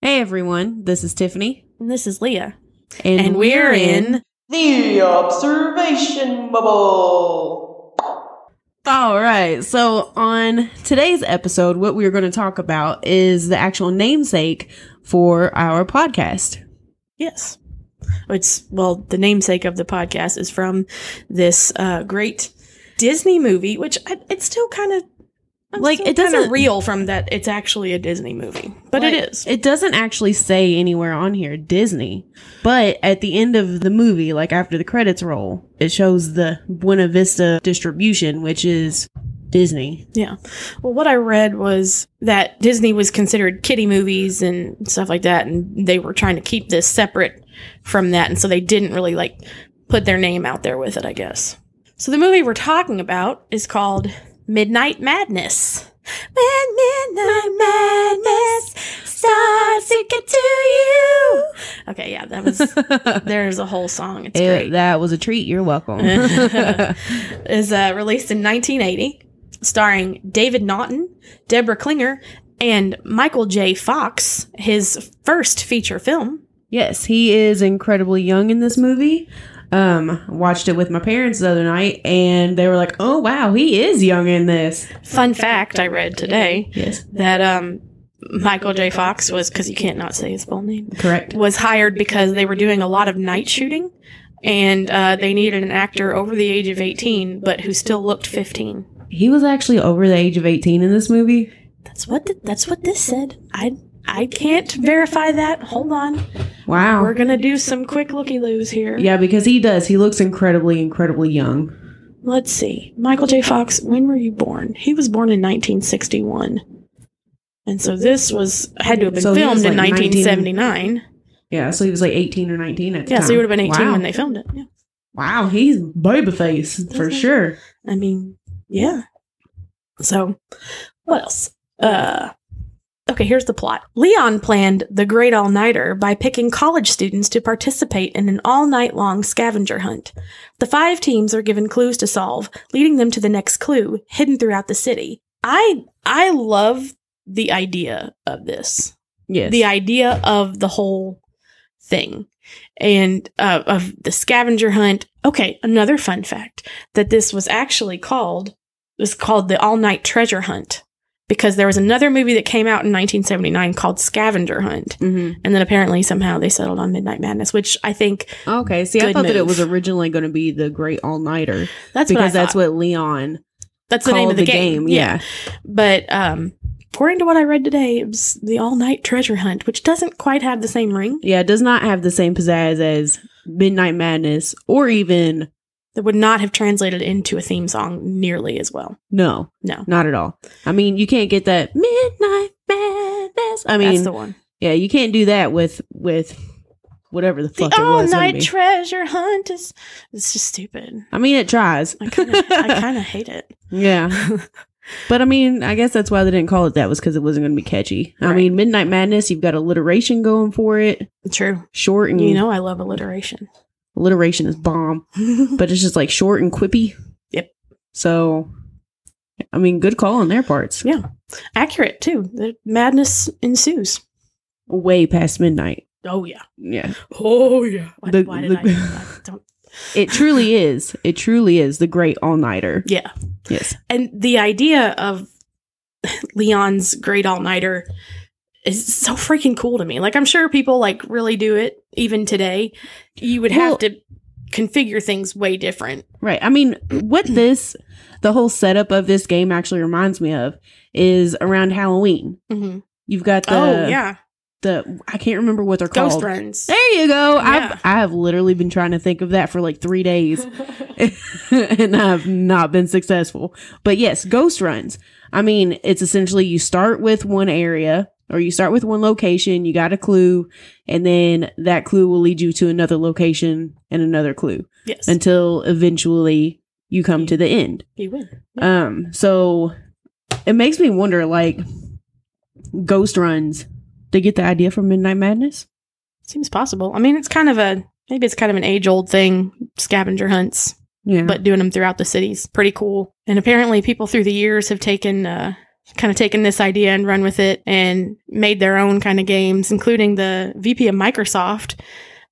Hey everyone, this is Tiffany, And this is Leah. and, The observation bubble. All right, so on today's episode, what we're going to talk about is the actual namesake for our podcast. Yes. Oh, It's, well, the namesake of the podcast is from this uh, great Disney movie, which I, it's still kind of. Like, it doesn't- real from that it's actually a Disney movie, but Like, it is. It doesn't actually say anywhere on here Disney, but at the end of the movie, like after the credits roll, it shows the Buena Vista distribution, which is Disney. Yeah. Well, what I read was that Disney was considered kiddie movies and stuff like that, and they were trying to keep this separate from that, and so they didn't really like put their name out there with it, I guess. So the movie we're talking about is called Midnight Madness. When midnight madness starts to get to you. Okay, yeah, that was. There's a whole song. It's It- great that was a treat. You're welcome. is uh, released in 1980, starring David Naughton, Deborah Klinger, and Michael J. Fox, his first feature film. Yes, he is incredibly young in this movie. Um, watched it with my parents the other night, and they were like, "Oh wow, he is young in this." Fun fact I read today Yes, that um, Michael J. Fox was, because you can't not say his full name, correct. was hired because they were doing a lot of night shooting and uh, they needed an actor over the age of 18 but who still looked 15. He was actually over the age of eighteen in this movie. That's what th- that's what this said. I I can't verify that. Hold on. We're Wow. gonna do some quick looky loos here. Yeah, because he does. He looks incredibly, incredibly young. Let's see. Michael J. Fox, when were you born? He was born in 1961. And so this was had to have been So he was filmed in like 19 1979. Yeah, so he was like eighteen or nineteen at the Yeah, time. so he would have been 18 wow. when they filmed it. Yeah. Wow, he's baby face for Doesn't- sure. I mean, yeah. So, what else? Uh Okay, here's the plot. Leon planned the Great All Nighter by picking college students to participate in an all night long scavenger hunt. The five teams are given clues to solve, leading them to the next clue hidden throughout the city. I I love the idea of this Yes. the idea of the whole thing and uh, of the scavenger hunt. Okay, another fun fact that this was actually called was called the All Night Treasure Hunt because there was another movie that came out in 1979 called Scavenger Hunt, hmm and then apparently somehow they settled on Midnight Madness, which I think Okay. See, I Good thought that it move. was originally going to be the Great All Nighter because that's what I that's that's what what Leon that's the called name of the, game. Yeah. but um. According to what I read today, it was the all night treasure hunt, which doesn't quite have the same ring. Yeah, it does not have the same pizzazz as Midnight Madness or even That would not have translated into a theme song nearly as well. no, No. not at all. I mean, you can't get that Midnight Madness. I mean, That's the one. yeah, you can't do that with with whatever the fuck the it all was. gonna night be. treasure hunt is it's just stupid. I mean, it tries. I kind of I kind of hate it. yeah. But I mean, I guess that's why they didn't call it that was because it wasn't going to be catchy. I Right. mean, Midnight Madness, you've got alliteration going for it. True. Short and You know I love alliteration. alliteration is bomb, but it's just like short and quippy. Yep. So, I mean, good call on their parts. Accurate too. The madness ensues. way past midnight. Oh yeah. Yeah. Oh yeah. Why, The- why did the- I, do that? don't? It truly is. It truly is the great all nighter. Yeah. Yes. And the idea of Leon's great all nighter is so freaking cool to me. Like I'm sure people like really do it even today. You would Well- have to configure things way different. Right. I mean, what this, the whole setup of this game actually reminds me of is around Halloween. Mm-hmm. You've got the, oh yeah. the, I can't remember what they're Ghost called. runs. There you go. Yeah. I've, I have literally been trying to think of that for like three days and I've not been successful. But yes, ghost runs. I mean, it's essentially you start with one area or you start with one location, you got a clue, and then that clue will lead you to another location and another clue yes. until eventually you come to the end. you win. Um, so it makes me wonder like ghost runs. They get the idea from Midnight Madness? Seems possible. I mean, it's kind of a maybe it's kind of an age old thing, scavenger hunts, Yeah. but doing them throughout the cities, pretty cool. And apparently, people through the years have taken uh, kind of taken this idea and run with it and made their own kind of games, including the VP of Microsoft,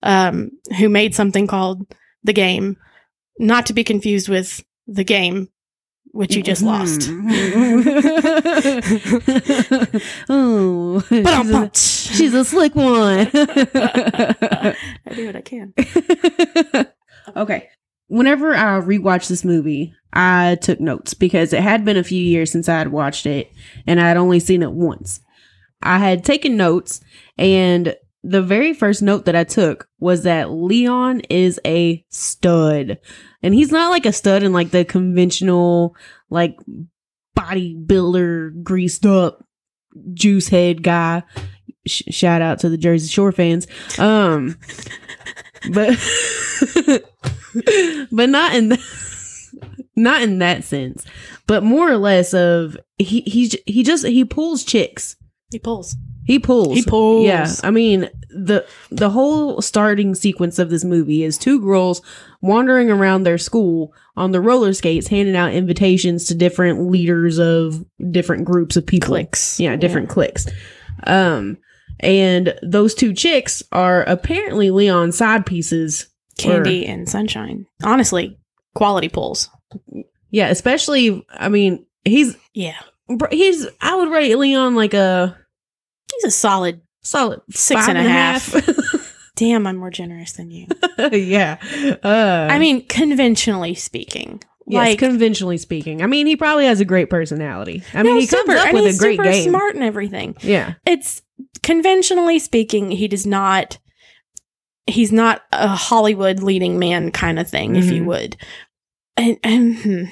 um, who made something called The Game, not to be confused with The Game, which you just lost. Mm. oh, she's a, Ba-dum-bum. she's a slick one. I do what I can. okay. Whenever I rewatched this movie, I took notes because it had been a few years since I had watched it and I had only seen it once. I had taken notes, and the very first note that I took was that Leon is a stud. And he's not like a stud in like the conventional, like bodybuilder, greased up, juice head guy. Sh- shout out to the Jersey Shore fans. Um, but but not in not in that sense but more or less of he he j- he just he pulls chicks He pulls. he pulls He pulls. yeah i mean the the whole starting sequence of this movie is two girls wandering around their school on the roller skates handing out invitations to different leaders of different groups of people Clicks. yeah different cliques um and those two chicks are apparently leon's side pieces Candy and sunshine. Honestly, quality pulls. yeah especially i mean he's Yeah. Bro, he's I would rate Leon like a He's a solid solid six five and a half. Damn, I'm more generous than you. yeah. Uh, I mean, conventionally speaking, yes, like conventionally speaking. I mean, he probably has a great personality. I mean, no, he super. comes up and with he's a great super game. smart and everything. Yeah. It's conventionally speaking, he does not. He's not a Hollywood leading man kind of thing, if you Mhm. would. And, and hmm.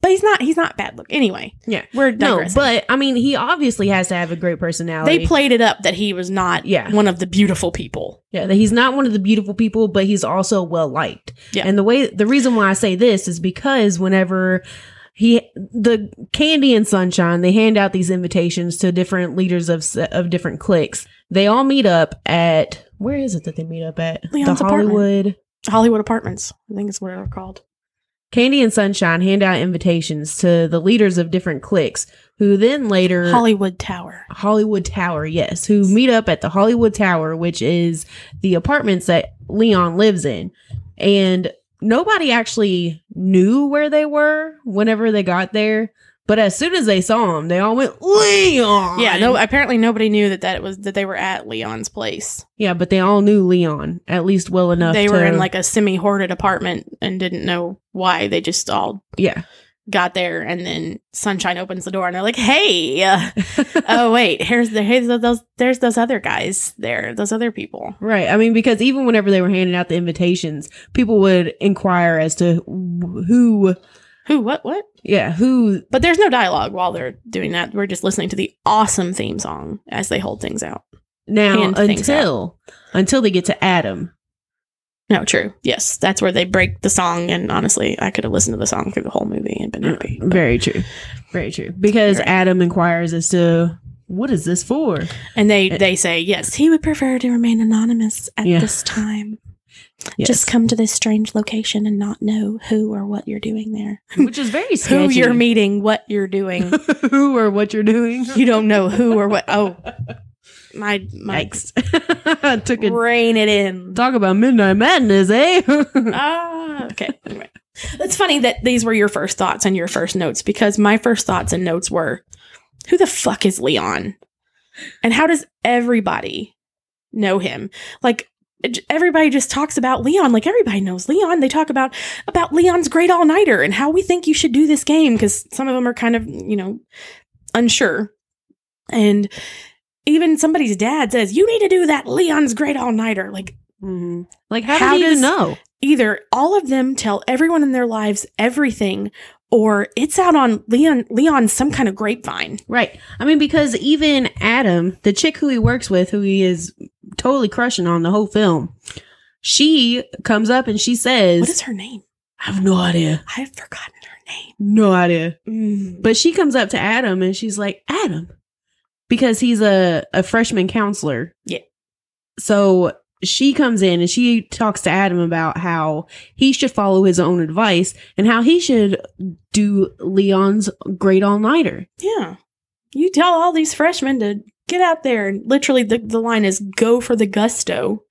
but he's not. He's not bad. Look, anyway, Yeah. we're No, digressing. but I mean, he obviously has to have a great personality. they played it up that he was not Yeah. one of the beautiful people. Yeah, that he's not one of the beautiful people, but he's also well liked. Yeah. And the way the reason why I say this is because whenever he the candy and sunshine, they hand out these invitations to different leaders of s- of different cliques. They all meet up at where is it that they meet up at? Leon's the apartment. Hollywood. Hollywood Apartments, I think is what they're called. Candy and Sunshine hand out invitations to the leaders of different cliques, who then later Hollywood Tower. Hollywood Tower, yes, who meet up at the Hollywood Tower, which is the apartments that Leon lives in. And nobody actually knew where they were whenever they got there. But as soon as they saw him, they all went, Leon! Yeah, no. Apparently, nobody knew that that was that they were at Leon's place. Yeah, but they all knew Leon, at least well enough. they to- were in like a semi hoarded apartment and didn't know why. They just all Yeah. got there, and then Sunshine opens the door, and they're like, "Hey, uh, oh wait, here's the here's the, those there's those other guys there, those other people." Right. I mean, because even whenever they were handing out the invitations, people would inquire as to wh- who, Who? What? What? yeah, who But there's no dialogue while they're doing that. We're just listening to the awesome theme song as they hold things out. now hand things until until they get to Adam. No, true. Yes, that's where they break the song. And honestly, I could have listened to the song through the whole movie and been happy. Very true. Very true. Because Right. Adam inquires as to what is this for? And they they say yes, he would prefer to remain anonymous at Yeah. this time. Yes. Just come to this strange location and not know who or what you're doing there. which is very Who sketchy. you're meeting, what you're doing. who or what you're doing. you don't know who or what. Oh, my my Yikes. Took a rein it in. talk about midnight madness, eh? Ah, okay. Anyway. It's funny that these were your first thoughts and your first notes because my first thoughts and notes were, who the fuck is Leon, and how does everybody know him? Like j- everybody just talks about Leon. Like everybody knows Leon. They talk about about Leon's great all nighter and how we think you should do this game because some of them are kind of you know unsure, and even somebody's dad says you need to do that Leon's great all nighter. Like Mhm. Like how, How did he does- even know? either all of them tell everyone in their lives everything or it's out on Leon Leon some kind of grapevine. Right. I mean, because even Adam, the chick who he works with, who he is totally crushing on the whole film, she comes up and she says, What is her name? I have no idea. I've forgotten her name. No idea. Mm. But she comes up to Adam and she's like, Adam, because he's a, a freshman counselor. Yeah. So she comes in and she talks to Adam about how he should follow his own advice and how he should do Leon's great all nighter. Yeah. you tell all these freshmen to get out there and literally the, the line is go for the gusto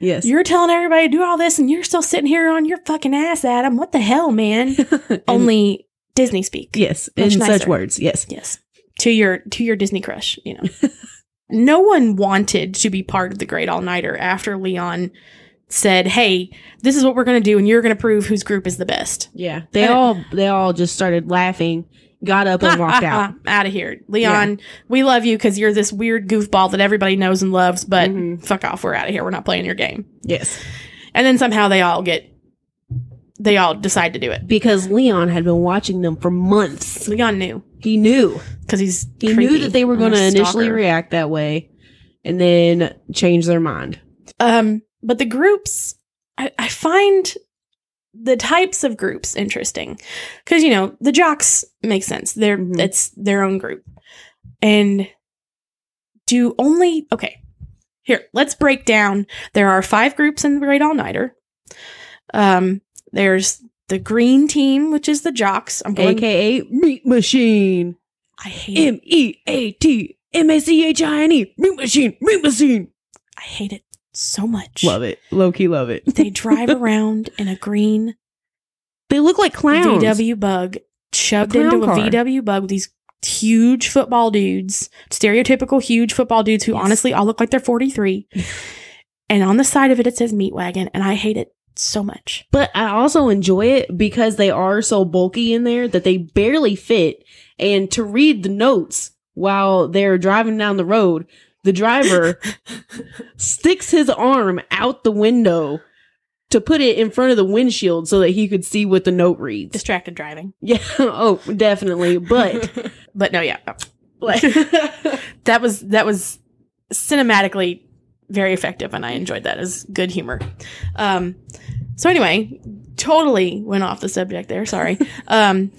yes. you're telling everybody to do all this and you're still sitting here on your fucking ass adam what the hell man And- only disney speak yes, in Much such nicer. words. Yes. yes to your to your disney crush you know no one wanted to be part of the great all-nighter after leon said hey this is what we're going to do and you're going to prove whose group is the best Uh, Yeah. They all they all just started laughing, got up and walked out. out of here leon we love you because you're this weird goofball that everybody knows and loves but Mhm. fuck off we're out of here we're not playing your game Yes. and then somehow they all get they all decide to do it Because Leon had been watching them for months. leon knew He knew. because he's He knew creepy that they were and going a to initially stalker. react that way and then change their mind. Um, but the groups, I, I find the types of groups interesting because you know the jocks make sense. They're Mhm. it's their own group, and do only okay. Here, let's break down. There are five groups in the Great All Nighter. Um, there's the green team, which is the jocks. I'm going. AKA Meat Machine. I hate it. M E A T M A C H I N E. Meat Machine. Meat Machine. I hate it so much. Love it. Low key love it. They drive around in a green They look like clowns. VW bug shoved A clown into a car. VW bug with these huge football dudes, stereotypical huge football dudes who Yes. honestly all look like they're 43. and on the side of it, it says meat wagon, and I hate it so much. But I also enjoy it because they are so bulky in there that they barely fit. And to read the notes while they're driving down the road, the driver sticks his arm out the window to put it in front of the windshield so that he could see what the note reads. Distracted driving. Yeah, oh, definitely. But But no, yeah. like, That was that was cinematically very effective and I enjoyed that as good humor. Um so anyway, totally went off the subject there, sorry. um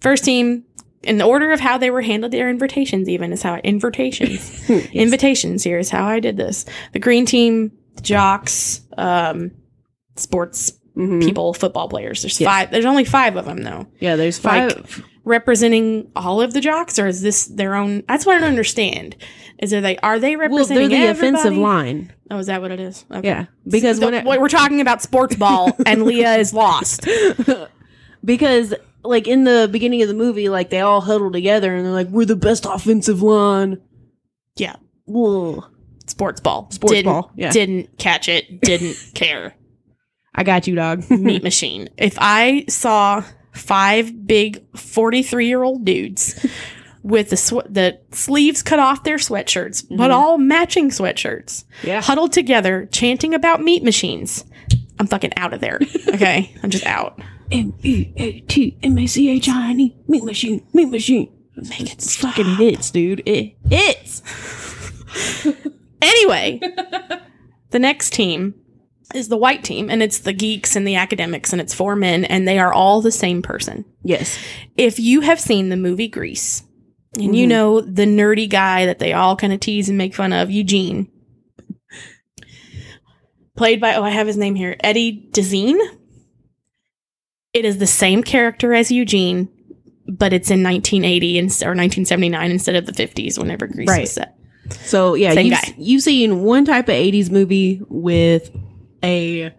first team in the order of how they were handled their invitations even is how invitations. Invitations here is how I did this. The green team, jocks, um sports Mhm. people, football players. There's Yes. five there's only 5 of them though yeah, there's Like- five. representing all of the jocks, or is this their own? That's what I don't understand. Is are they are they Well, representing they're the offensive everybody? line. Oh, is that what it is? Okay. Yeah, because The- when it, what we're talking about sports ball and Leah is lost. because like in the beginning of the movie, like they all huddle together and they're like, "We're the best offensive line." Yeah. Whoa. Sports ball. Sports didn't, ball, yeah. Didn't catch it. Didn't care. I got you, dog. Meat machine. If I saw five big forty-three-year-old dudes with the swe the sleeves cut off their sweatshirts, but Mhm. all matching sweatshirts, yeah. huddled together, chanting about meat machines. I'm fucking out of there. Okay, I'm just out. M E A T M A C H I N E. Meat machine. Meat machine. Make it It's stop. fucking hits, dude. Eh. It hits. Anyway, the next team is the white team, and it's the geeks and the academics, and it's four men, and they are all the same person. Yes. If you have seen the movie Grease, and you Mhm. know the nerdy guy that they all kind of tease and make fun of, Eugene, played by, oh, I have his name here, Eddie Dezine. It is the same character as Eugene, but it's in 1980 ins- or 1979 instead of the 50s, whenever Grease Right. was set. So yeah, Same you've, guy. you've seen one type of '80s movie with a A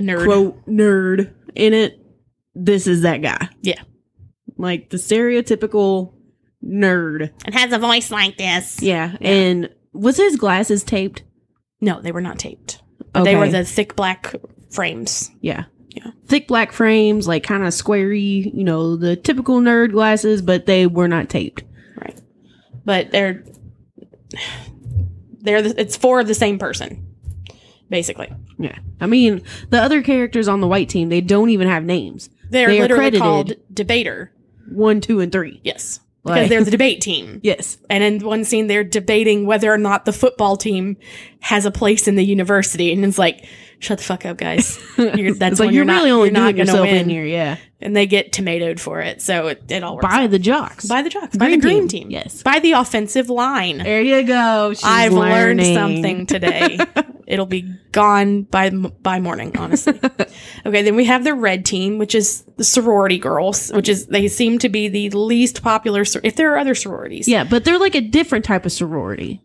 nerd. quote nerd in it, this is that guy. Yeah. Like the stereotypical nerd. and has a voice like this. Yeah. And was his glasses taped? No, they were not taped. They were the thick black frames. Yeah. Yeah. Thick black frames, like kind of squarey, you know, the typical nerd glasses, but they were not taped. Right. But they're they're the, it's four of the same person. Basically. Yeah. I mean, the other characters on the white team, they don't even have names. They're They are literally credited. called debater. One, two, and three. Yes. Because Like- they're the debate team. Yes. And in one scene they're debating whether or not the football team has a place in the university and it's like shut the fuck up, guys. You're, that's it's like when you're, you're, not- really only you're not doing gonna yourself win. in here. Yeah. And they get tomatoed for it. So it, it all works. By the jocks. out. By the Jocks. By the Green green team, team. yes. By the offensive line. there you go. She's I've learning. learned something today. It'll be gone by m- by morning, honestly. okay, then we have the red team, which is the sorority girls, which is they seem to be the least popular. Sor- if there are other sororities, Yeah, but they're like a different type of sorority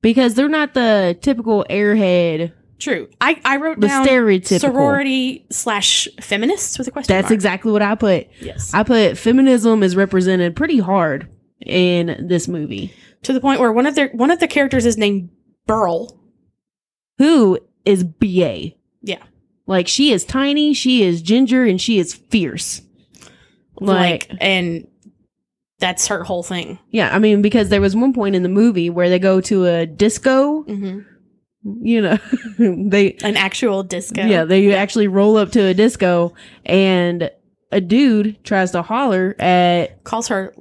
because they're not the typical airhead, true. I I wrote the down stereotypical. sorority slash feminists with a question. That's mark. exactly what I put. yes. I put feminism is represented pretty hard in this movie. to the point where one of their one of the characters is named Burl. Who is BA? Yeah. Like she is tiny, she is ginger, and she is fierce. Like, Like- and that's her whole thing. Yeah, I mean, because there was one point in the movie where they go to a disco, Mm-hmm. you know, they, An actual disco. yeah, they actually roll up to a disco and a dude tries to holler at, calls her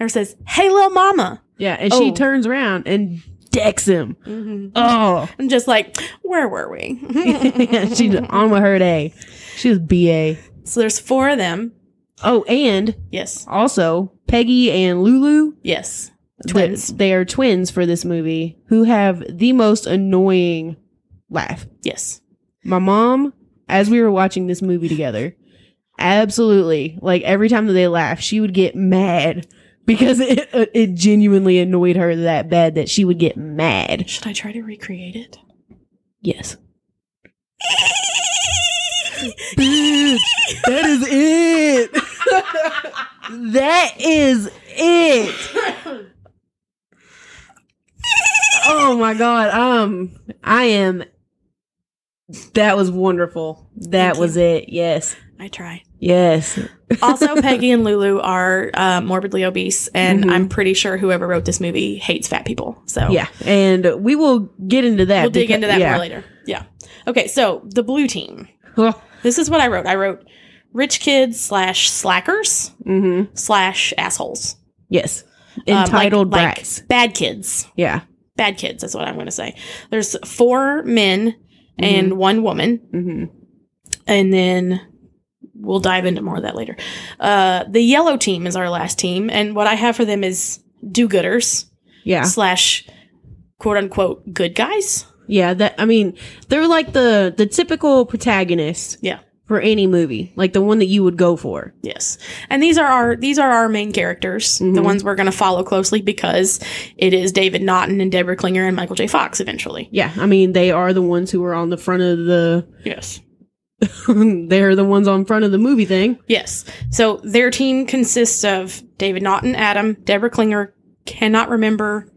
or says, "Hey, little mama." yeah, and Oh. she turns around and decks him. Mm-hmm. Oh, I'm just like, where were we? she's on with her day. She was BA. so there's four of them. Oh, and Yes, also Peggy and Lulu. yes, th- Twins. they are twins for this movie who have the most annoying laugh. yes. My mom, as we were watching this movie together, absolutely like every time that they laugh, she would get mad because it it genuinely annoyed her that bad that she would get mad. Should I try to recreate it? Yes. Bitch, that is it. that is it. Oh my god. Um I am That was wonderful. That Thank was it. Yes. I try. Yes. Also, Peggy and Lulu are uh, morbidly obese, and Mhm. I'm pretty sure whoever wrote this movie hates fat people. So Yeah. And we will get into that. we'll dig beca- into that yeah. more later. Yeah. Okay, so the blue team. Oh, This is what I wrote. I wrote rich kids slash slackers mhm. slash assholes. Yes. Um, like- Entitled like brats. bad kids. yeah. bad kids that's what i'm going to say there's four men and one woman Mhm. and then we'll dive into more of that later uh, the yellow team is our last team and what i have for them is do-gooders Yeah. slash quote unquote good guys Yeah, that I mean, they're like the the typical protagonist. Yeah. For any movie, like the one that you would go for. yes Mm-hmm. and these are our these are our main characters the Mhm. ones we're going to follow closely because it is david naughton and deborah klinger and michael j fox eventually Yeah, I mean, they are the ones who are on the front of the. yes they're the ones on front of the movie thing. Yes. So their team consists of David Naughton, Adam, Deborah Klinger. Cannot remember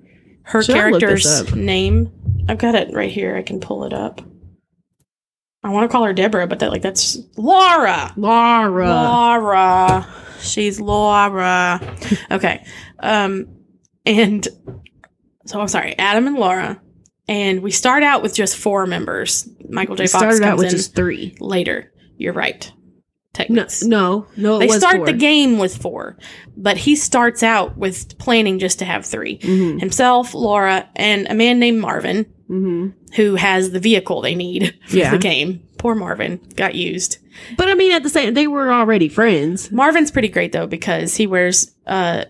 her Should I look this character's up? name. I've got it right here. I can pull it up. I want to call her Deborah, but that like that's Laura. Laura. Laura. She's Laura. Okay. Um and so I'm sorry, Adam and Laura. And we start out with just four members. Michael J. They Fox started comes out with in just three. later. You're right. No, Technics no, no. It they was start four. the game with four, but he starts out with planning just to have 3 Mhm, himself, Laura, and a man named Marvin mhm. who has the vehicle they need for Yeah. the game. Poor Marvin got used. But I mean, at the same, they were already friends. Marvin's pretty great though because he wears uh,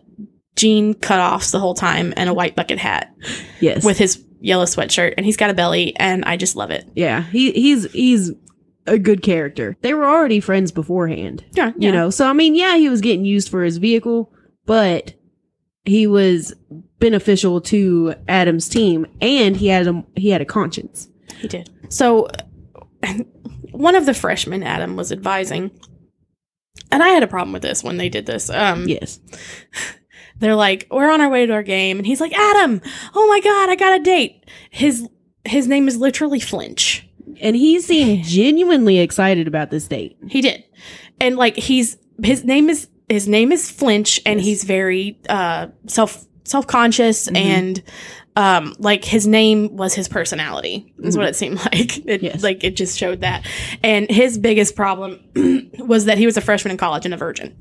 jean cutoffs the whole time and a white bucket hat Yes. with his yellow sweatshirt, and he's got a belly, and I just love it. yeah, he he's he's a good character. They were already friends beforehand. Yeah, you know so i mean yeah he was getting used for his vehicle but he was beneficial to adam's team and he had a he had a conscience He did. So, one of the freshmen Adam was advising, and I had a problem with this when they did this. Um, yes They're like, "We're on our way to our game," and he's like, "Adam, oh my god, I got a date." His his name is literally Flinch. and he seemed genuinely excited about this date He did, and like he's his name is his name is Flinch, and Yes. he's very uh self self conscious Mhm. and um like his name was his personality is what it seemed like it, Mm-hmm. Yes. like it just showed that and his biggest problem was that he was a freshman in college and a virgin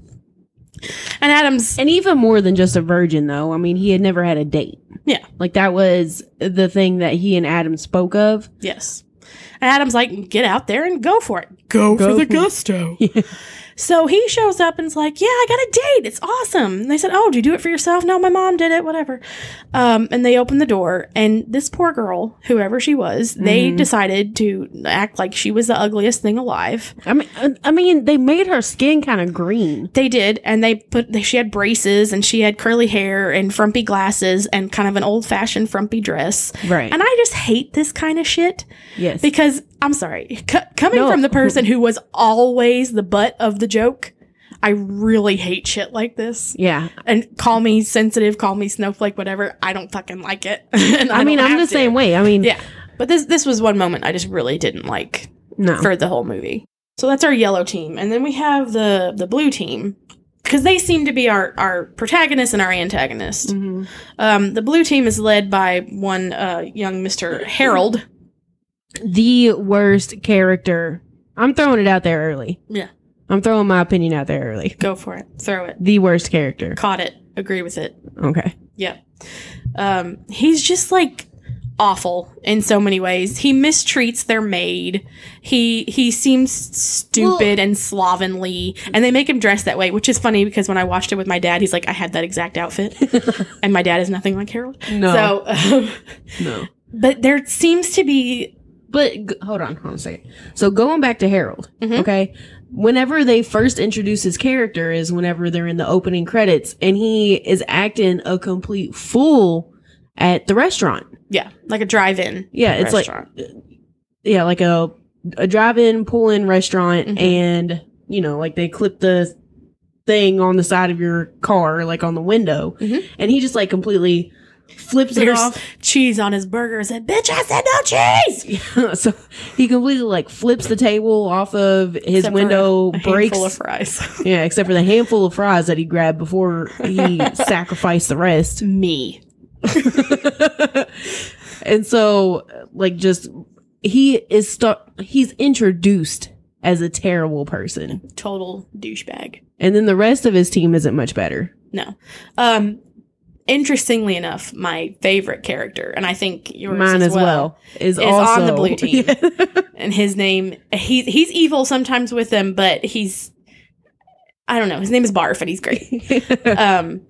and adams and even more than just a virgin though i mean he had never had a date Yeah. like that was the thing that he and adam spoke of yes And Adam's like, get out there and go Oh, for it. Go, Go for- gusto. So he shows up and's like, yeah, I got a date. It's awesome. And they said, oh, did you do it for yourself? No, my mom did it, whatever. Um, and they opened the door. And this poor girl, whoever she was, they Mhm. decided to act like she was the ugliest thing alive. I mean, I- I mean, they made her skin kind of green. They did, and they put. They, she had braces, and she had curly hair, and frumpy glasses, and kind of an old fashioned frumpy dress. Right. And I just hate this kind of shit yes. because I'm sorry, c- coming No. from the person who was always the butt of the joke, I really hate shit like this. yeah. And call me sensitive, call me snowflake, whatever. I don't fucking like it. And I, mean, don't I'm have the to. same way. I mean, Yeah, but this this was one moment I just really didn't like no. for the whole movie. So that's our yellow team, and then we have the the blue team because they seem to be our our protagonist and our antagonist. Mhm. Um, the blue team is led by one uh, young Mister Harold. The worst character. I'm throwing it out there early. Yeah. I'm throwing my opinion out there early. Go for it, throw it, The worst character. caught it, agree with it. Okay. Yep. Um, he's just like awful in so many ways. He mistreats their maid. He he seems stupid and slovenly, and they make him dress that way, which is funny because when I watched it with my dad, he's like, I had that exact outfit, and my dad is nothing like Harold. No. So, um, no. but there seems to be But g- hold on, hold on a second. So going back to Harold, Mhm. okay. Whenever they first introduce his character is whenever they're in the opening credits, and he is acting a complete fool at the restaurant. yeah, like a drive-in. Yeah, it's restaurant. like yeah, like a a drive-in pull-in restaurant, Mhm. and you know, like they clip the thing on the side of your car, like on the window, Mhm. and he just like completely flips it There's off. cheese on his burger. I said, "Bitch, I said no cheese." so he completely like flips the table off of his Except for window, a handful Oh, breaks of fries. Yeah, except for the handful of fries that he grabbed before he sacrificed the rest. Me. and so, like, just he is stuck. He's introduced as a terrible person, Total douchebag. and then the rest of his team isn't much better. No. Um interestingly enough, my favorite character, and I think yours Mine as well, is, is on the also- blue team. Yeah. And his name he he's evil sometimes with them, but he's I don't know, his name is Barf and he's great. um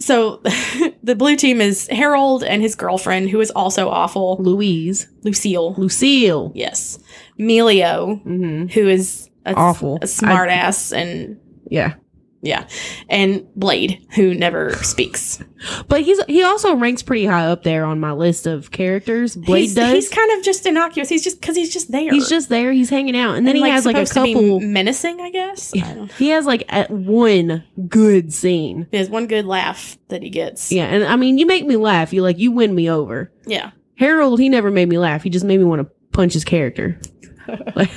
so the blue team is Harold and his girlfriend, who is also awful, Louise, Lucille. Lucille, Yes. Melio, hmm who is a, awful, a smart I- ass and yeah, yeah. And Blade, who never speaks. but he's he also ranks pretty high up there on my list of characters. Blade he's, does. he's kind of just innocuous. He's just because he's just there. He's just there. He's hanging out, and then And, he has like a supposed to be couple. menacing. I guess I don't. He has like at one good scene. He has one good laugh that he gets. Yeah, and I mean, you make me laugh. You like you win me over. Yeah. Harold, he never made me laugh. He just made me want to punch his character. Like,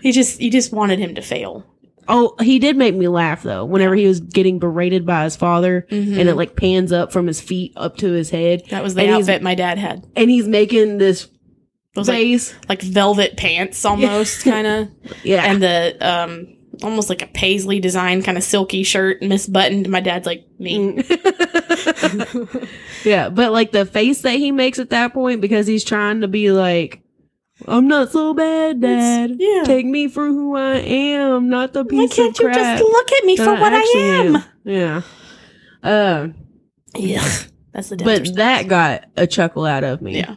He just you just wanted him to fail. oh, he did make me laugh though. Whenever he was getting berated by his father, and Mm-hmm. it like pans up from his feet up to his head, that was the Mm-hmm. and he's- outfit my dad had. and he's making this Those like, face. like velvet pants almost kind of, yeah, and the um almost like a paisley design kind of silky shirt misbuttoned. My dad's like me. Mm. yeah, but like the face that he makes at that point because he's trying to be like, I'm not so bad, Dad. It's- yeah. Take me for who I am, not the Why piece can't of you crap. just look at me for that what I actually am? Yeah. Um, Uh, Yeah, that's the dad's but that got a chuckle out of me. Yeah.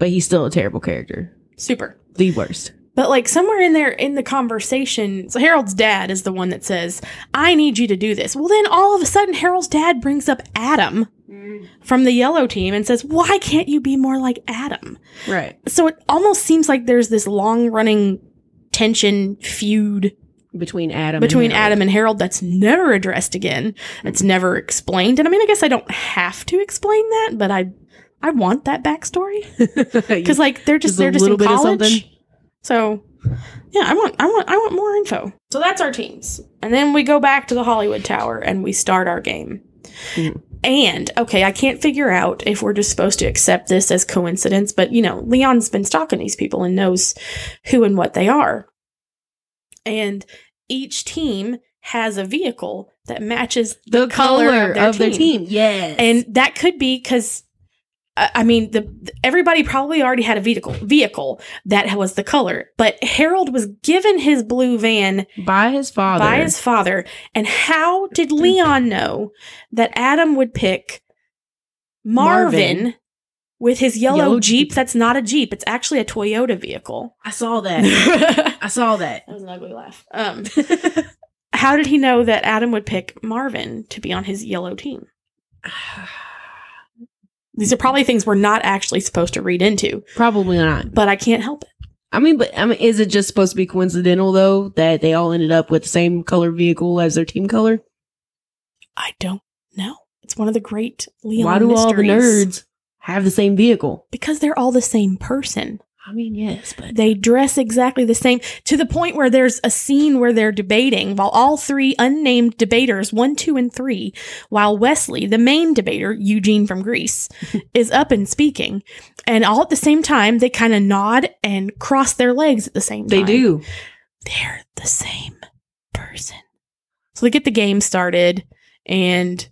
But he's still a terrible character. super. The worst. But like somewhere in there in the conversation, so Harold's dad is the one that says, "I need you to do this." Well, then all of a sudden, Harold's dad brings up Adam from the yellow team and says, "Why can't you be more like Adam?" Right. So it almost seems like there's this long-running tension feud Between Adam between and Harold. Adam and Harold that's never addressed again. It's never explained. And I mean, I guess I don't have to explain that, but I I want that backstory because like they're just, Just a they're just little in bit of college. something. So yeah, I want I want I want more info. So that's our teams, and then we go back to the Hollywood Tower and we start our game. Mm. And okay, I can't figure out if we're just supposed to accept this as coincidence, but you know, Leon's been stalking these people and knows who and what they are. And each team has a vehicle that matches the color, color of of their their team. Yes. and that could be because I uh, I mean, the everybody probably already had a vehicle vehicle that was the color, but Harold was given his blue van by his father. by his father. And how did Leon know that Adam would pick Marvin, Marvin. with his yellow, Yellow Jeep? Jeep. That's not a Jeep. It's actually a Toyota vehicle. I saw that. that I saw that. was an ugly laugh. Um, how did he know that Adam would pick Marvin to be on his yellow team? These are probably things we're not actually supposed to read into, Probably not. but I can't help it. I mean, but I mean, is it just supposed to be coincidental though that they all ended up with the same color vehicle as their team color? I don't know. It's one of the great Leon Why do all the mysteries. nerds have the same vehicle? Because they're all the same person. I mean, yes, but They dress exactly the same to the point where there's a scene where they're debating while all three unnamed debaters, one, two, and three, while Wesley, the main debater, Eugene from Greece, is up and speaking. And all at the same time, they kind of nod and cross their legs at the same they time. do. They're the same person. So they get the game started. And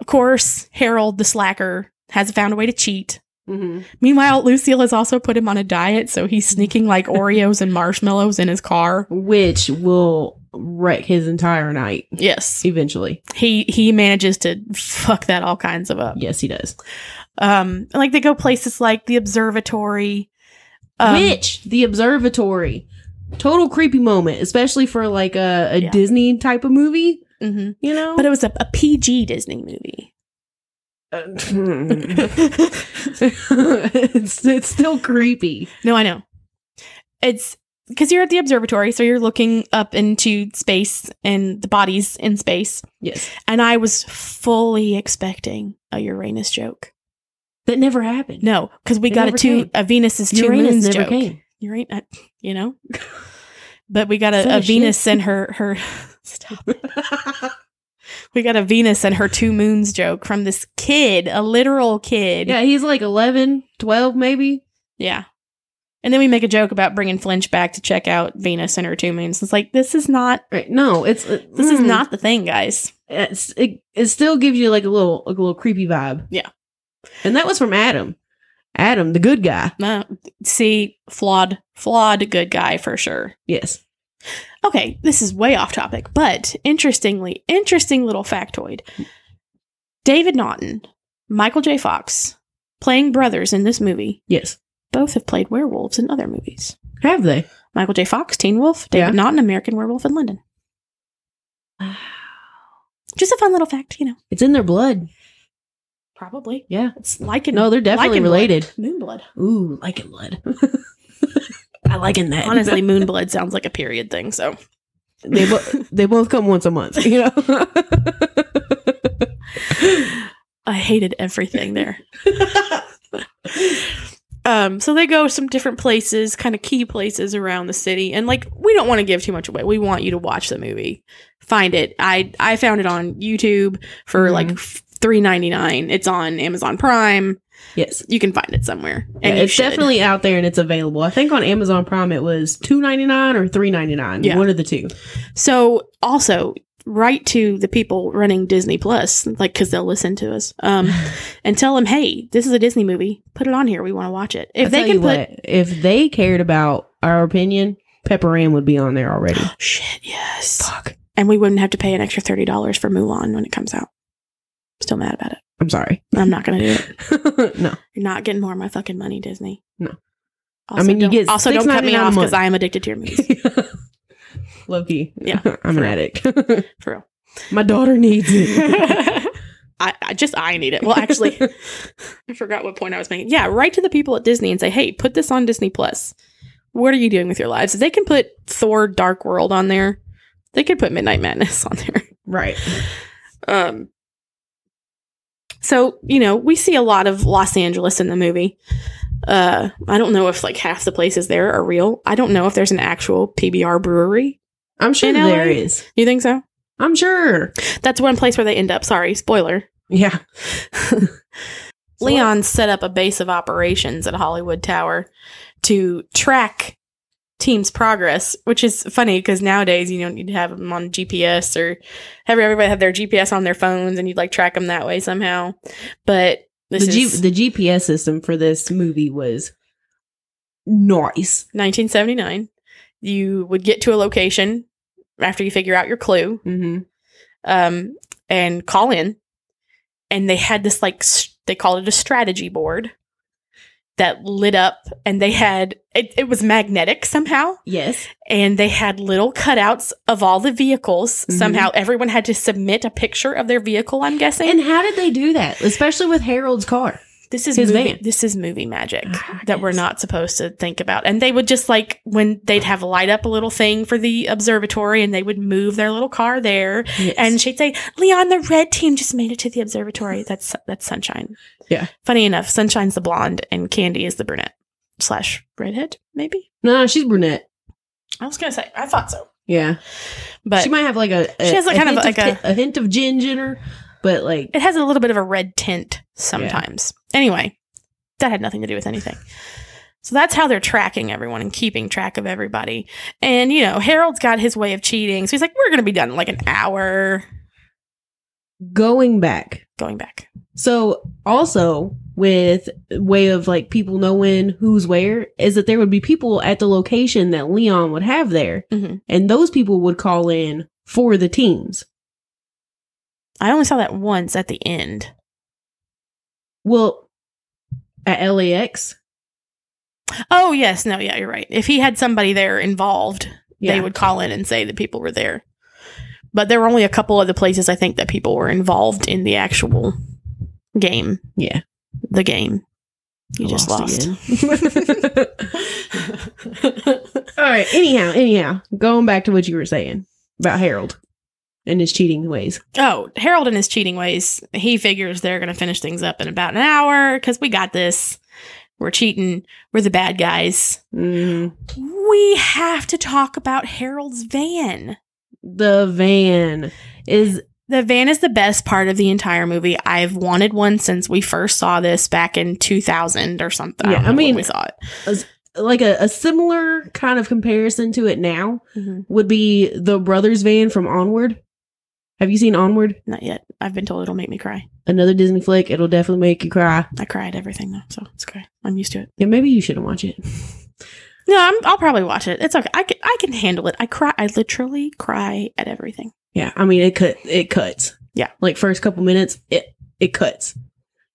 of course, Harold, the slacker, has found a way to cheat. Mm-hmm. Meanwhile, Lucille has also put him on a diet, so he's sneaking like Oreos and marshmallows in his car. Which will wreck his entire night Yes. eventually. He he manages to fuck that all kinds of up. Yes, he does. Um and, like they go places like the observatory. Um, Which the observatory, total creepy moment, especially for like a, a Yeah. Disney type of movie. mhm. You know, But it was a, a PG Disney movie. Uh, it's it's still creepy. No, I know. It's because you're at the observatory, so you're looking up into space and the bodies in space. Yes, And I was fully expecting a Uranus joke. that never happened. No, because we It got a never two came. a Venus's two Uranus moons never joke. came. You're right. I, you know, but we got Son a, a of Venus shit. and her her. Stop. We got a Venus and her two moons joke from this kid, a literal kid. yeah, he's like 11, 12 maybe. Yeah. And then we make a joke about bringing Flinch back to check out Venus and her two moons. It's like this is not Right? No, it's uh, this is mm, not the thing, guys. It's, it it still gives you like a little a little creepy vibe. Yeah. and that was from Adam. Adam, the good guy. No, see, flawed, flawed good guy for sure. Yes. Okay, this is way off topic, but interestingly, interesting little factoid. David Naughton, Michael J. Fox, playing brothers in this movie, Yes. both have played werewolves in other movies. Have they? Michael J. Fox, Teen Wolf, David Yeah. Naughton, American Werewolf in London. Just a fun little fact, you know. It's in their blood. Probably. Yeah. It's like No, they're definitely related. Moonblood. Ooh, like it blood. I like it that. Honestly, Moonblood sounds like a period thing, so they bo- they both come once a month. You know. I hated everything there. Um, so they go some different places, kind of key places around the city, and like we don't want to give too much away. We want you to watch the movie, find it. I I found it on YouTube for Mhm. like three ninety nine. It's on Amazon Prime. yes. You can find it somewhere, Yeah, and you it's should. definitely out there and it's available. I think on Amazon Prime it was two ninety nine or three ninety nine. Yeah. One of the two. So also write to the people running Disney Plus, like because they'll listen to us, um, and tell them, hey, this is a Disney movie. Put it on here. We want to watch it. If I'll they tell can you put what, if they cared about our opinion, Pepper Ann would be on there already. Shit, yes. Fuck. And we wouldn't have to pay an extra thirty dollars for Mulan when it comes out. Still mad about it. I'm sorry. I'm not gonna do it. no. You're not getting more of my fucking money, Disney. No. Also, mean, you don't- get also don't cut me $6.99 a off because month. I am addicted to your movies Low key. Yeah, I'm for an real. addict. for real. My daughter needs it. I, I just I need it. Well, actually, I forgot what point I was making. Yeah, write to the people at Disney and say, hey, put this on Disney Plus. What are you doing with your lives? If they can put Thor: Dark World on there, they could put Midnight Madness on there. right. Um, so you know, we see a lot of Los Angeles in the movie. Uh, I don't know if like half the places there are real. I don't know if there's an actual PBR brewery. I'm sure In there LA? is. You think so? I'm sure. That's one place where they end up. Sorry, spoiler. Yeah. Leon set up a base of operations at Hollywood Tower to track team's progress, which is funny because nowadays you don't need to have them on GPS or have everybody have their GPS on their phones and you'd like track them that way somehow. But This the, is G- the GPS system for this movie was nice. 1979. You would get to a location after you figure out your clue Mm-hmm. um, and call in. And they had this, like, s they called it a strategy board that lit up. And they had, it, it was magnetic somehow. Yes. And they had little cutouts of all the vehicles. Mhm. Somehow everyone had to submit a picture of their vehicle, I'm guessing. And how did they do that? Especially with Harold's car. This is His movie, van. this is movie magic Ah, that we're yes. not supposed to think about. And they would just like when they'd have light up a little thing for the observatory, and they would move their little car there. Yes. And she'd say, "Leon, the red team just made it to the observatory." That's that's Sunshine. Yeah. Funny enough, Sunshine's the blonde, and Candy is the brunette slash redhead. Maybe no, she's brunette. I was gonna say I thought so, Yeah, but she might have like a, a She has a kind of hint like a- ki- a hint of gin in her, but like it has a little bit of a red tint sometimes. Anyway, that had nothing to do with anything. So that's how they're tracking everyone and keeping track of everybody. And you know, Harold's got his way of cheating. So he's like, "We're going to be done in like an hour." going back. Going back, So also with way of like people knowing who's where is that there would be people at the location that Leon would have there, Mhm. and those people would call in for the teams. I only saw that once at the end. Well, at LAX, Oh yes, no, yeah, you're right. If he had somebody there involved, yeah, they would call in and say that people were there. But there were only a couple other places I think that people were involved in the actual game. Yeah. the game. You I just lost. again. All right. Anyhow, anyhow, going back to what you were saying about Harold and his cheating ways. oh, Harold and his cheating ways. He figures they're going to finish things up in about an hour because we got this. We're cheating. We're the bad guys. Mhm. We have to talk about Harold's van. The van is The van is the best part of the entire movie. I've wanted one since we first saw this back in 2000 or something. Yeah, don't I know when mean- we saw it. like a, a similar kind of comparison to it now would be the brothers van from Onward. Have you seen Onward? Not yet. I've been told it'll make me cry. Another Disney flick. It'll definitely make you cry. I cry at everything though, so it's okay. I'm used to it. Yeah, maybe you shouldn't watch it. No, I'm, I'll probably watch it. It's okay. I can, I can handle it. I cry. I literally cry at everything. Yeah, I mean it cut it cuts. Yeah. Like first couple minutes, it it cuts.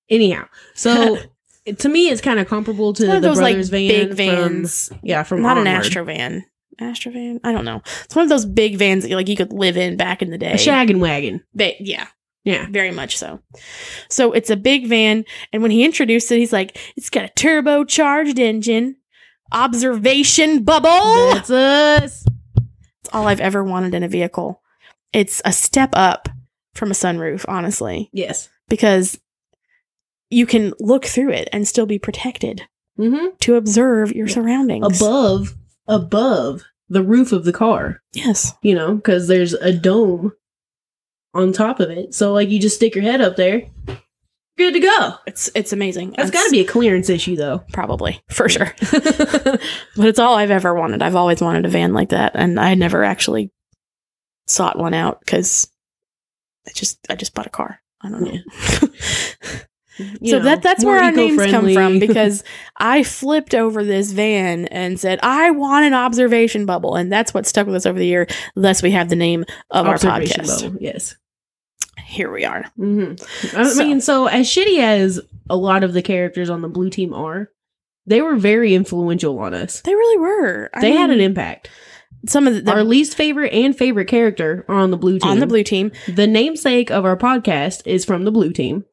Anyhow, so it- to me it's kind of comparable to It's one the of those like brothers van big from- vans. yeah, from not an Onward. Astro van. Astro van? I don't know. It's one of those big vans that like you could live in back in the day. A shaggin' wagon. Ba- yeah, Yeah. very much so. So it's a big van, and when he introduced it, he's like, "It's got a turbocharged engine, observation bubble." That's us. It's all I've ever wanted in a vehicle. It's a step up from a sunroof, honestly, Yes. because you can look through it and still be protected hmm to observe your Yeah. surroundings. Above above the roof of the car, yes, you know, because there's a dome on top of it. So like you just stick your head up there, good to go. it's it's amazing. That's It's- got to be a clearance issue though. probably for sure but it's all i've ever wanted i've always wanted a van like that and i never actually sought one out because i just i just bought a car i don't know You so know, that that's where more our names come from eco-friendly. because i flipped over this van and said i want an observation bubble and that's what stuck with us over the year thus we have the name of our Observation podcast bubble, Yes. here we are hmm I So- mean, so as shitty as a lot of the characters on the blue team are, they were very influential on us. they really were I They had an mean, impact. some of the, our least favorite and favorite character are on the blue team. on the blue team The namesake of our podcast is from the blue team.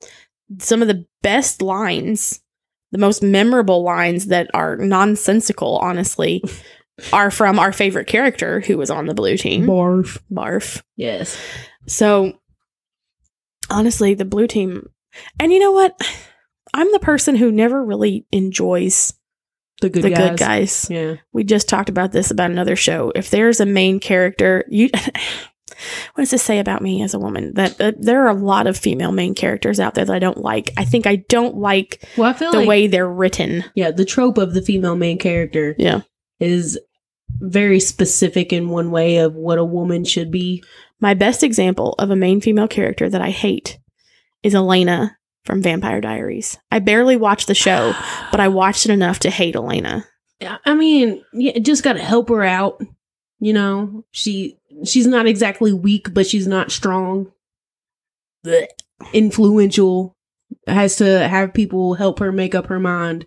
some of the best lines, the most memorable lines that are nonsensical, honestly, are from our favorite character who was on the blue team, Barf. Barf. Yes. So, honestly, the blue team. And you know what? I'm the person who never really enjoys The good the guys. good guys. Yeah. We just talked about this about another show. If there's a main character, you. What does this say about me as a woman? That uh, there are a lot of female main characters out there that I don't like. I think I don't like Well, I feel the like way they're written. yeah, the trope of the female main character Yeah. is very specific in one way of what a woman should be. My best example of a main female character that I hate is Elena from Vampire Diaries. I barely watched the show, Oh. but I watched it enough to hate Elena. Yeah, I mean, yeah, just got to help her out. You know, she she's not exactly weak, but she's not strong. Blech. Influential has to have people help her make up her mind.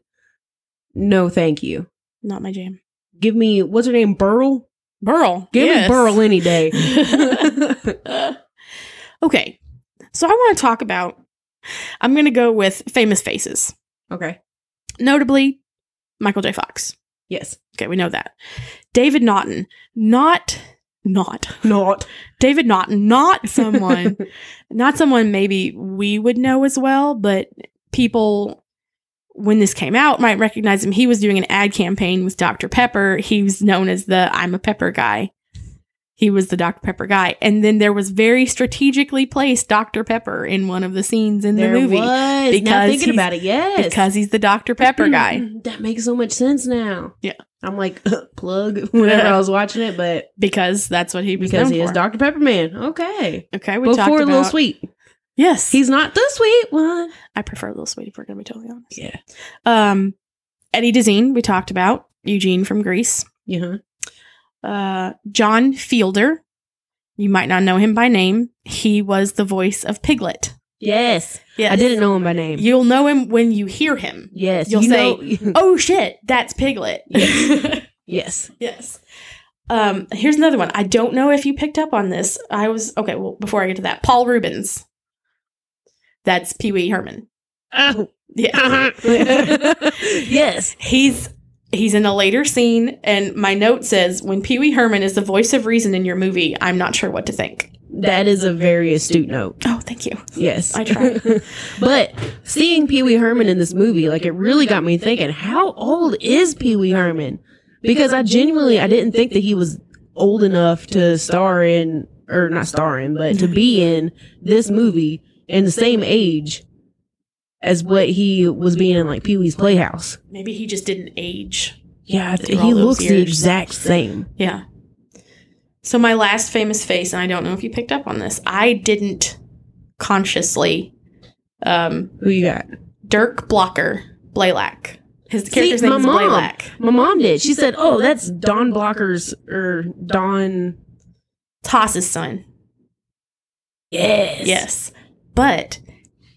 No, thank you. Not my jam. Give me what's her name, Burl. Burl. Give me Burl any day. okay. So I want to talk about I'm going to go with famous faces. okay. Notably Michael J. Fox. Yes. Okay, we know that. David Naughton. Not not Not. David Naughton, not someone, not someone maybe we would know as well, but people when this came out might recognize him. He was doing an ad campaign with Dr. Pepper. He was known as the I'm a Pepper guy. He was the Dr. Pepper guy. And then there was very strategically placed Dr. Pepper in one of the scenes in there the movie was. now because thinking he's- about it, yes. because he's the Dr. Pepper guy. That makes so much sense now. Yeah. I'm like, uh, plug whenever I was watching it, but Because that's what he was because known he is for. Dr. Pepperman. Okay. okay, we talked Before about Little Sweet. Yes, He's not the sweet one. I prefer Little Sweet if we're gonna be totally honest. Yeah. Um, Eddie Dezine, we talked about Eugene from Greece. Yeah. Uh, John Fielder, you might not know him by name. He was the voice of Piglet. Yes. Yeah, I didn't know him by name. You'll know him when you hear him. yes. You'll you say- know- Oh shit, that's Piglet. Yes. yes. yes. Um, here's another one. I don't know if you picked up on this. I was okay. Well, before I get to that, Paul Rubens. That's Pee Wee Herman. Oh. Yeah. Uh-huh. yes. he's he's in a later scene and my note says when pee-wee herman is the voice of reason in your movie i'm not sure what to think That is a very astute note. oh thank you Yes. I tried. but seeing Pee Wee Herman in this movie, like it really got me thinking, how old is Pee Wee Herman? Because I genuinely I didn't think that he was old enough to star in or not star in, but to be in this movie and the same age as what he was being in like Pee Wee's Playhouse. maybe he just didn't age Yeah, I th- Through all he those looks the years. exact same. yeah so my last famous face and i don't know if you picked up on this i didn't consciously um Who you got? dirk blocker blaylock his character's See, name is my mom. blaylock My mom did. She said, "Oh, that's Don Blocker's or Don." toss's son Yes. yes but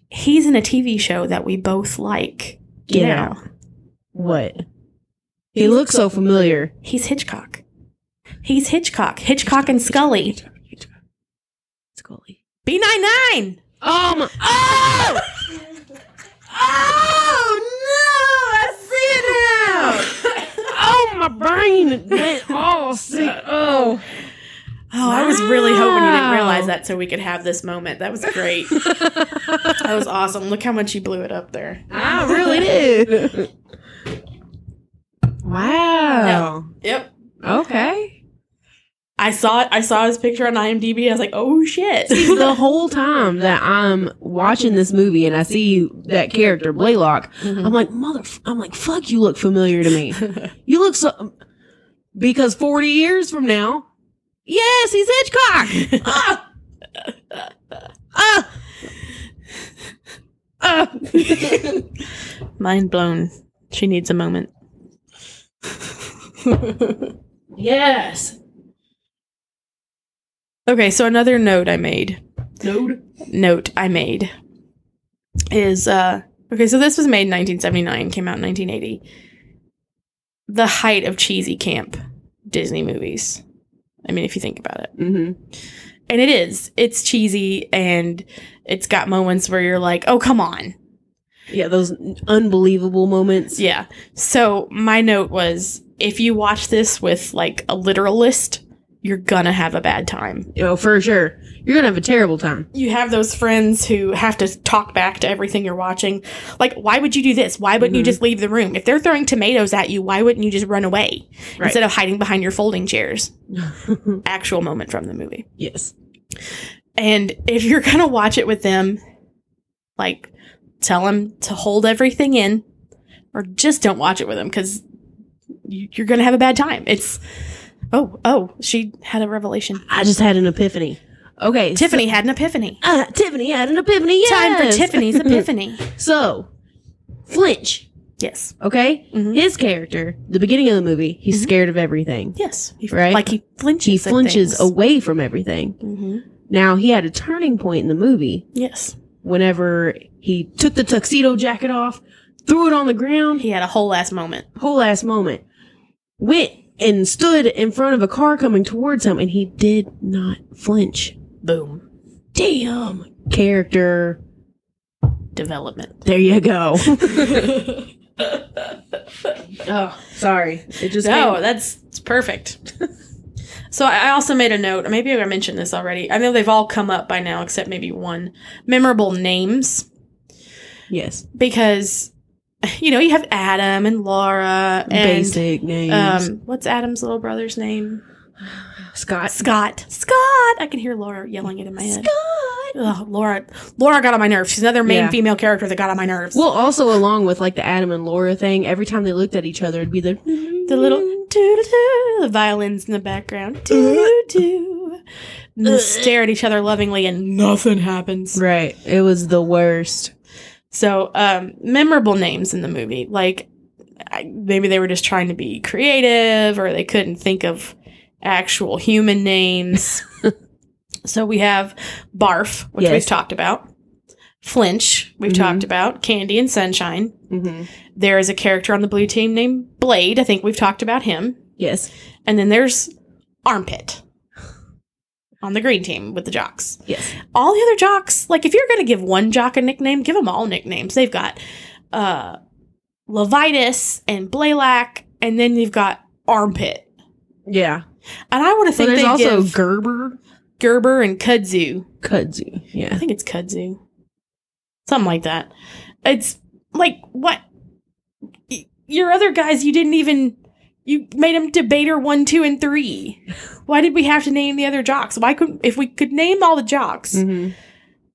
he's in a tv show that we both like Get now. out. What? He looks so familiar. He's Hitchcock. He's Hitchcock. Hitchcock and Scully. Scully. B99. Oh my! Oh! Oh no! I see it now. oh my brain went all sick. Oh. Oh, I was really hoping you didn't Wow. realize that so we could have this moment. That was great. that was awesome. Look how much you blew it up there. I really did. Wow. Yep. Okay. I saw it. I saw his picture on IMDb. I was like, oh shit. the whole time that I'm watching this movie and I see that character Blaylock, I'm like, mother, I'm like, fuck, you look familiar to me. You look so. Because 40 years from now, yes, he's Hitchcock. Ah! Ah! Ah! Mind blown. She needs a moment. yes. Okay, so another note I made. Dude. note I made is uh okay, so this was made in 1979, came out in 1980. The height of cheesy camp Disney movies. I mean, if you think about it. hmm And it is. It's cheesy and it's got moments where you're like, "Oh, come on." Yeah, those unbelievable moments. Yeah. So, my note was if you watch this with like a literalist, you're gonna have a bad time. You know, Oh, for sure. You're going to have a terrible time. you have those friends who have to talk back to everything you're watching. Like, why would you do this? Why wouldn't you Mhm. just leave the room? If they're throwing tomatoes at you, why wouldn't you just run away Right. instead of hiding behind your folding chairs? Actual moment from the movie. yes. And if you're going to watch it with them, like, tell them to hold everything in or just don't watch it with them because you're going to have a bad time. It's, oh, oh, she had a revelation. I just had an epiphany. Okay. so- Tiffany had an epiphany. Ah, Tiffany had an epiphany. Time for yes! Tiffany's epiphany. So, Flinch, Yes. okay? Mhm. His character, the beginning of the movie, he's scared of everything. Yes. He, Right? Like Mm-hmm. he flinches. He flinches Oh. away from everything. hmm Now, he had a turning point in the movie Yes. whenever he took the tuxedo jacket off, threw it on the ground, He had a whole ass moment. whole ass moment. Went and stood in front of a car coming towards him, and he did not flinch. Boom. Damn character. Development. There you go. oh, sorry. It just No, came- that's it's perfect. so I I also made a note. Maybe I mentioned this already. I know they've all come up by now, except maybe one. Memorable names yes. because you know you have Adam and Laura and Basic names. um, what's Adam's little brother's name? Scott. Scott. Scott. I can hear Laura yelling it in my head. Scott. Ugh, Laura. Laura got on my nerves. She's another main Yeah. female character that got on my nerves. Well, also along with like the Adam and Laura thing, every time they looked at each other, it'd be the the little doo-doo-doo, the violins in the background. Doo-doo. And they stare at each other lovingly and nothing happens. right. It was the worst. So, um, memorable names in the movie. Like, I, maybe they were just trying to be creative or they couldn't think of actual human names. so, we have Barf, which Yes. we've talked about, Flinch, we've Mhm. talked about, Candy and Sunshine. Mm-hmm. There is a character on the blue team named Blade. I think we've talked about him. Yes. And then there's Armpit on the green team with the jocks Yes. all the other jocks, like if you're going to give one jock a nickname, give them all nicknames. They've got uh Levitus and Blaylock, and then you've got Armpit. Yeah. And I want to So think there's they also give Gerber Gerber and Kudzu. Kudzu. I Yeah. think it's Kudzu, something like that. It's like what Y- your other guys. You didn't even you made them debater one, two, and three. Why did we have to name the other jocks? Why couldn't if we could name all the jocks? Mm-hmm.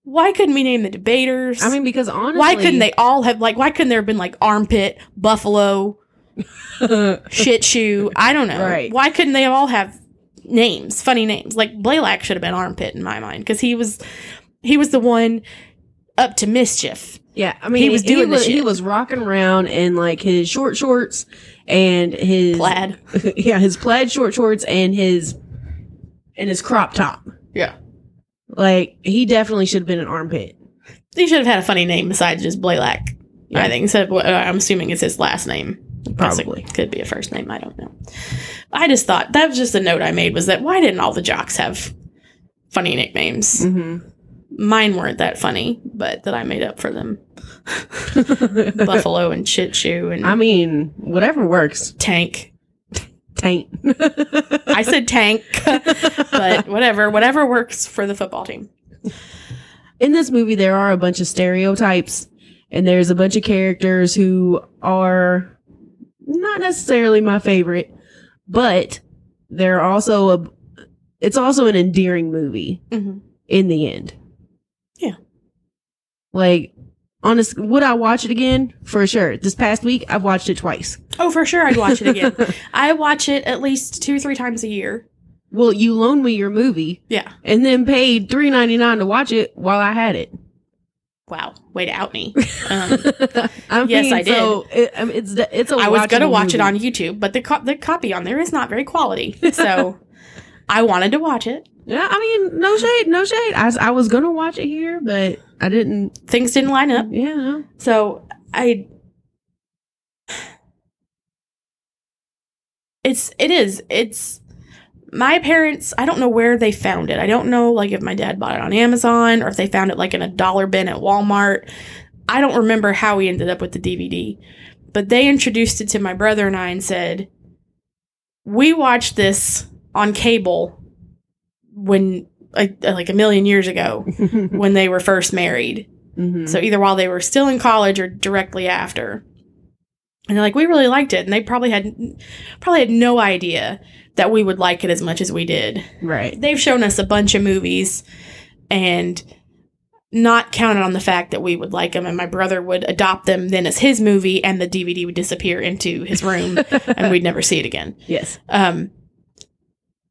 Why couldn't we name the debaters? I mean, because honestly, Why couldn't they all have like? Why couldn't there have been like armpit, buffalo, shit shoe? I don't know. Right. Why couldn't they all have names, funny names? Like Blaylock should have been armpit in my mind because he was, he was the one up to mischief. yeah, I mean, He was doing he the was, he shit. was rocking around in like his short shorts and his Plaid. yeah, his plaid short shorts and his and his crop top. Yeah. Like he definitely should have been an armpit. He should have had a funny name besides just Blaylock. Yeah. I think instead of uh, I'm assuming it's his last name. Possibly. Probably. could be a first name. I don't know. I just thought that was just a note I made was that why didn't all the jocks have funny nicknames? Mm-hmm. mine weren't that funny, but that I made up for them. Mm-hmm. Buffalo and Chit Shoe and I mean, whatever works. Tank. Taint. I said Tank, but whatever, whatever works for the football team. in this movie there are a bunch of stereotypes and there's a bunch of characters who are not necessarily my favorite but they're also a it's also an endearing movie hmm in the end Yeah. like honest would i watch it again for sure this past week i've watched it twice Oh, for sure, I'd watch it again. I watch it at least two, three times a year. well you loaned me your movie Yeah. and then paid 3.99 to watch it while i had it Wow. Way to out me. Um, I Yes, mean, I did. So it, I mean, it's de- it's a I was going to watchable watch it movie. on YouTube, but the, co- the copy on there is not very quality. So I wanted to watch it. Yeah, I mean, no shade, no shade. I, s- I was gonna watch it here, but I didn't. Things didn't line up. Yeah, no. So I It's it is. It's my parents, I don't know where they found it. I don't know like if my dad bought it on Amazon or if they found it like in a dollar bin at Walmart. I don't remember how we ended up with the DVD. But they introduced it to my brother and I and said, "We watched this on cable when like, like a million years ago when they were first married." Mhm. So either while they were still in college or directly after. And they're like, we really liked it, and they probably had probably had no idea that we would like it as much as we did. right, They've shown us a bunch of movies, and not counted on the fact that we would like them, and my brother would adopt them then as his movie, and the DVD would disappear into his room, Um, and we'd never see it again. yes, Um,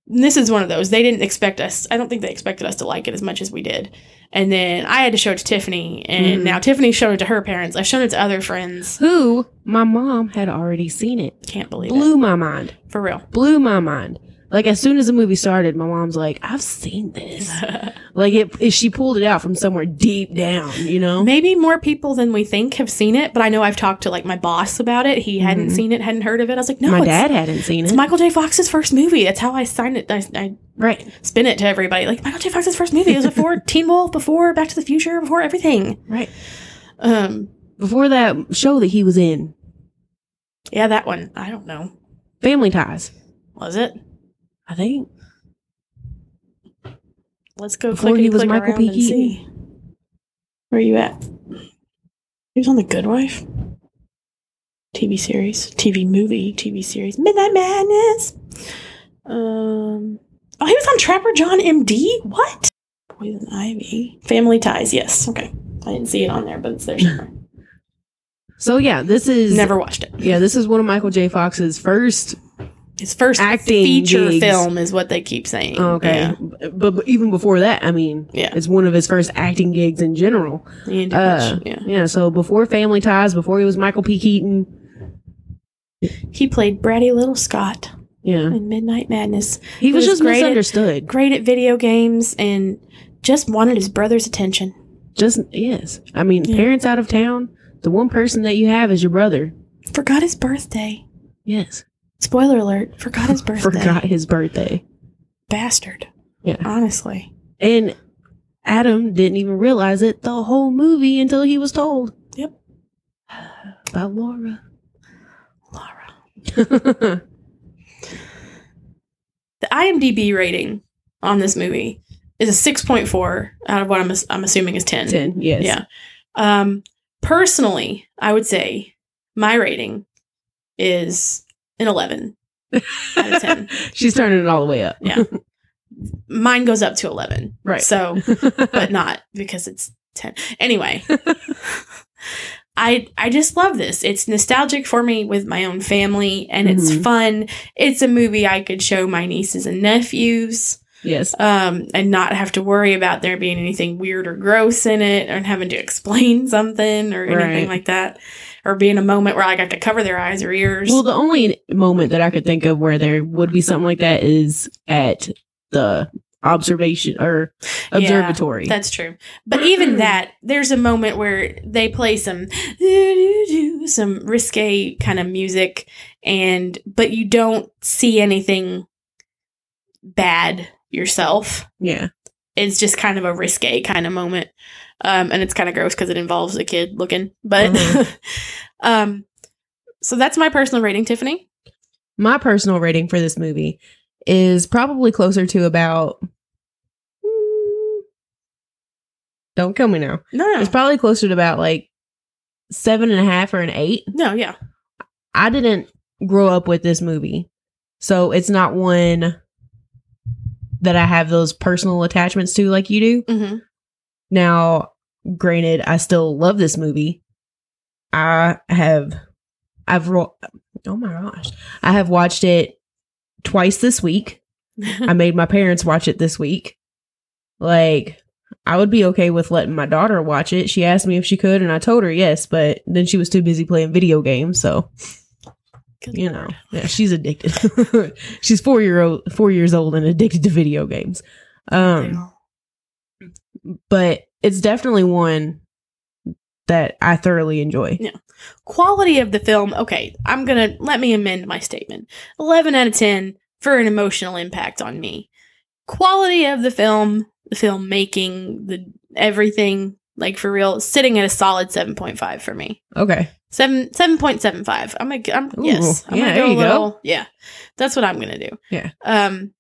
this is one of those. They didn't expect us. I don't think they expected us to like it as much as we did. And then I had to show it to Tiffany, and Mhm. now Tiffany showed it to her parents. I've shown it to other friends. Who my mom had already seen it. Can't believe it Blew my mind. for real. Blew my mind. Like as soon as the movie started, my mom's like, "I've seen this." like it, it, she pulled it out from somewhere deep down, you know. Maybe more people than we think have seen it, but I know I've talked to like my boss about it. He hadn't Mhm. seen it, hadn't heard of it. I was like, no, my it's, dad hadn't seen it's it. Michael J. Fox's first movie. That's how I signed it. I, I right. spin it to everybody. Like Michael J. Fox's first movie. It was before Teen Wolf, before Back to the Future, before everything. Right. Um, Before that show that he was in, yeah, that one. I don't know. Family Ties, Was it? I think. Let's go Before clickety he was click Michael around P. and see. Where are you at? He was on The Good Wife. TV series, TV movie, TV series, Midnight Madness. Um, oh, he was on Trapper John MD. What? Poison Ivy, Family Ties. Yes, okay. I didn't see it on there, but it's there somewhere. So yeah, this is Never watched it. Yeah, this is one of Michael J. Fox's first. His first Acting feature gigs. film is what they keep saying. Okay, Yeah. but, but even before that, I mean, Yeah. it's one of his first acting gigs in general. He didn't do Uh, much. Yeah. Yeah, so before Family Ties, before he was Michael P. Keaton. He played bratty little Scott Yeah, in Midnight Madness. he, was, was just great at- misunderstood. great at video games and just wanted his brother's attention. Just yes, I mean, Yeah. parents out of town. The one person that you have is your brother. Forgot his birthday. Yes, Spoiler alert, forgot his birthday. forgot his birthday, Bastard. Yeah. Honestly. and Adam didn't even realize it the whole movie until he was told. Yep. by Laura. Laura. That's The IMDb rating on this movie is a 6.4 out of what I'm, ass- I'm assuming is 10. Ten. Yes. Yeah. Um, personally, I would say my rating is an 11 out of 10. She's turning it all the way up. Yeah. Mine goes up to 11. Right. So but not because it's 10 anyway i i just love this it's nostalgic for me with my own family and it's Mhm. fun it's a movie i could show my nieces and nephews yes. um, and not have to worry about there being anything weird or gross in it and having to explain something or Right. anything like that or be in a moment where i got to cover their eyes or ears Well, the only moment that I could think of where there would be something like that is at the observation or observatory. That's true. But even that, there's a moment where they play some doo-doo-doo, some risque kind of music, and but you don't see anything bad yourself. yeah. It's just kind of a risque kind of moment, um, and it's kind of gross because it involves a kid looking. But Mm-hmm. Mhm. um, so that's my personal rating, Tiffany. my personal rating for this movie is probably closer to about mm, don't kill me now No, no, it's probably closer to about like seven and a half or an eight no, yeah, i didn't grow up with this movie so it's not one that i have those personal attachments to like you do hmm now granted i still love this movie i have i've ro- oh my gosh i have watched it twice this week I made my parents watch it this week. Like, I would be okay with letting my daughter watch it. She asked me if she could, and I told her yes, but then she was too busy playing video games. So, you know, yeah, she's addicted. she's four year old, four years old, and addicted to video games. Um, but it's definitely one that I thoroughly enjoy. quality of the film okay i'm gonna let me amend my statement 11 out of 10 for an emotional impact on me quality of the film the filmmaking the everything like for real sitting at a solid 7.5 for me Okay, Seven seven point seven five. I'm gonna I'm Ooh, yes. I'm yeah, gonna there go a you go. little, Yeah, that's what I'm gonna do. Yeah. Um,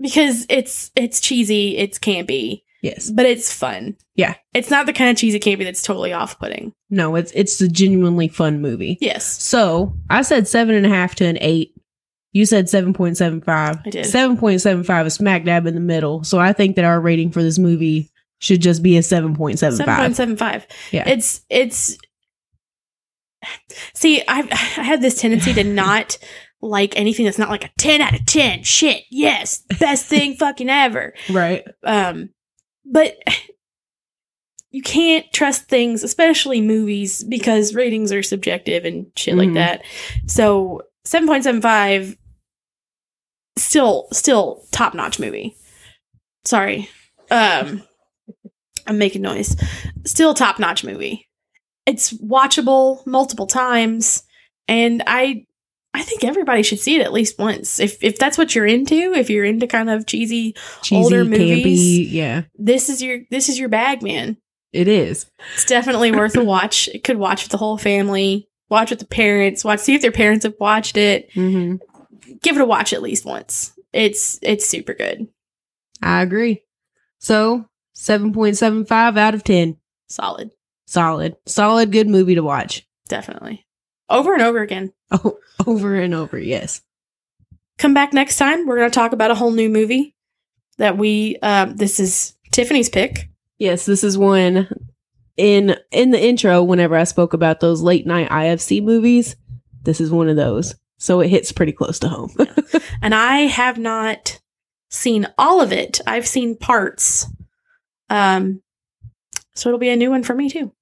because it's it's cheesy, it's campy, yes, but it's fun. Yeah. it's not the kind of cheesy campy that's totally off putting. no, it's it's a genuinely fun movie. Yes, So I said seven and a half to an eight. You said seven point seven five. I did. Seven point seven five is smack dab in the middle. So I think that our rating for this movie should just be a seven point seven Seven point five. seven five. Yeah. It's it's. See, I I had this tendency to not like anything that's not like a 10 out of 10. Shit, yes, best thing fucking ever. Right. Um, but you can't trust things, especially movies, because ratings are subjective and shit Mhm. like that. So 7.75 still still top notch movie. Sorry. Um I'm making noise. Still top notch movie. It's watchable multiple times and I I think everybody should see it at least once. If if that's what you're into, if you're into kind of cheesy, Cheesy, Older campy. movies. Yeah, this is your this is your bag, man. it is. It's definitely worth a watch. It could watch with the whole family, watch with the parents, watch see if their parents have watched it. Mm-hmm. Give it a watch at least once. It's it's super good. I agree. So seven point seven five out of ten. Solid. Solid, solid, good movie to watch. Definitely. Over and over again. Oh, over and over. Yes. Come back next time. We're going to talk about a whole new movie that we um this is Tiffany's pick. Yes, this is one in in the intro whenever I spoke about those late night IFC movies, this is one of those. So it hits pretty close to home. And I have not seen all of it. I've seen parts. Um so it'll be a new one for me too.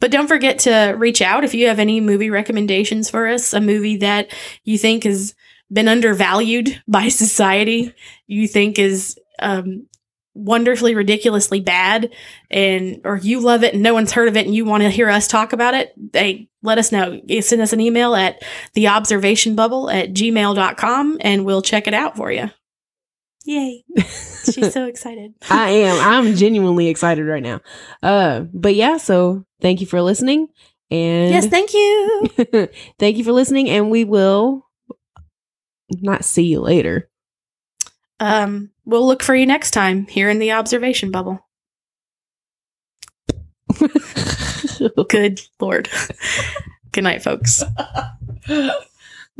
But don't forget to reach out if you have any movie recommendations for us, a movie that you think has been undervalued by society, you think is um wonderfully ridiculously bad and or you love it and no one's heard of it and you want to hear us talk about it they let us know send us an email at the observation bubble at gmail.com and we'll check it out for you yay she's so excited I am. I'm genuinely excited right now. Uh, but yeah, so thank you for listening. And yes thank you thank you for listening. And we will not see you later. um we'll look for you next time here in the observation bubble good lord good night folks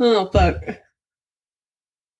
oh, fuck.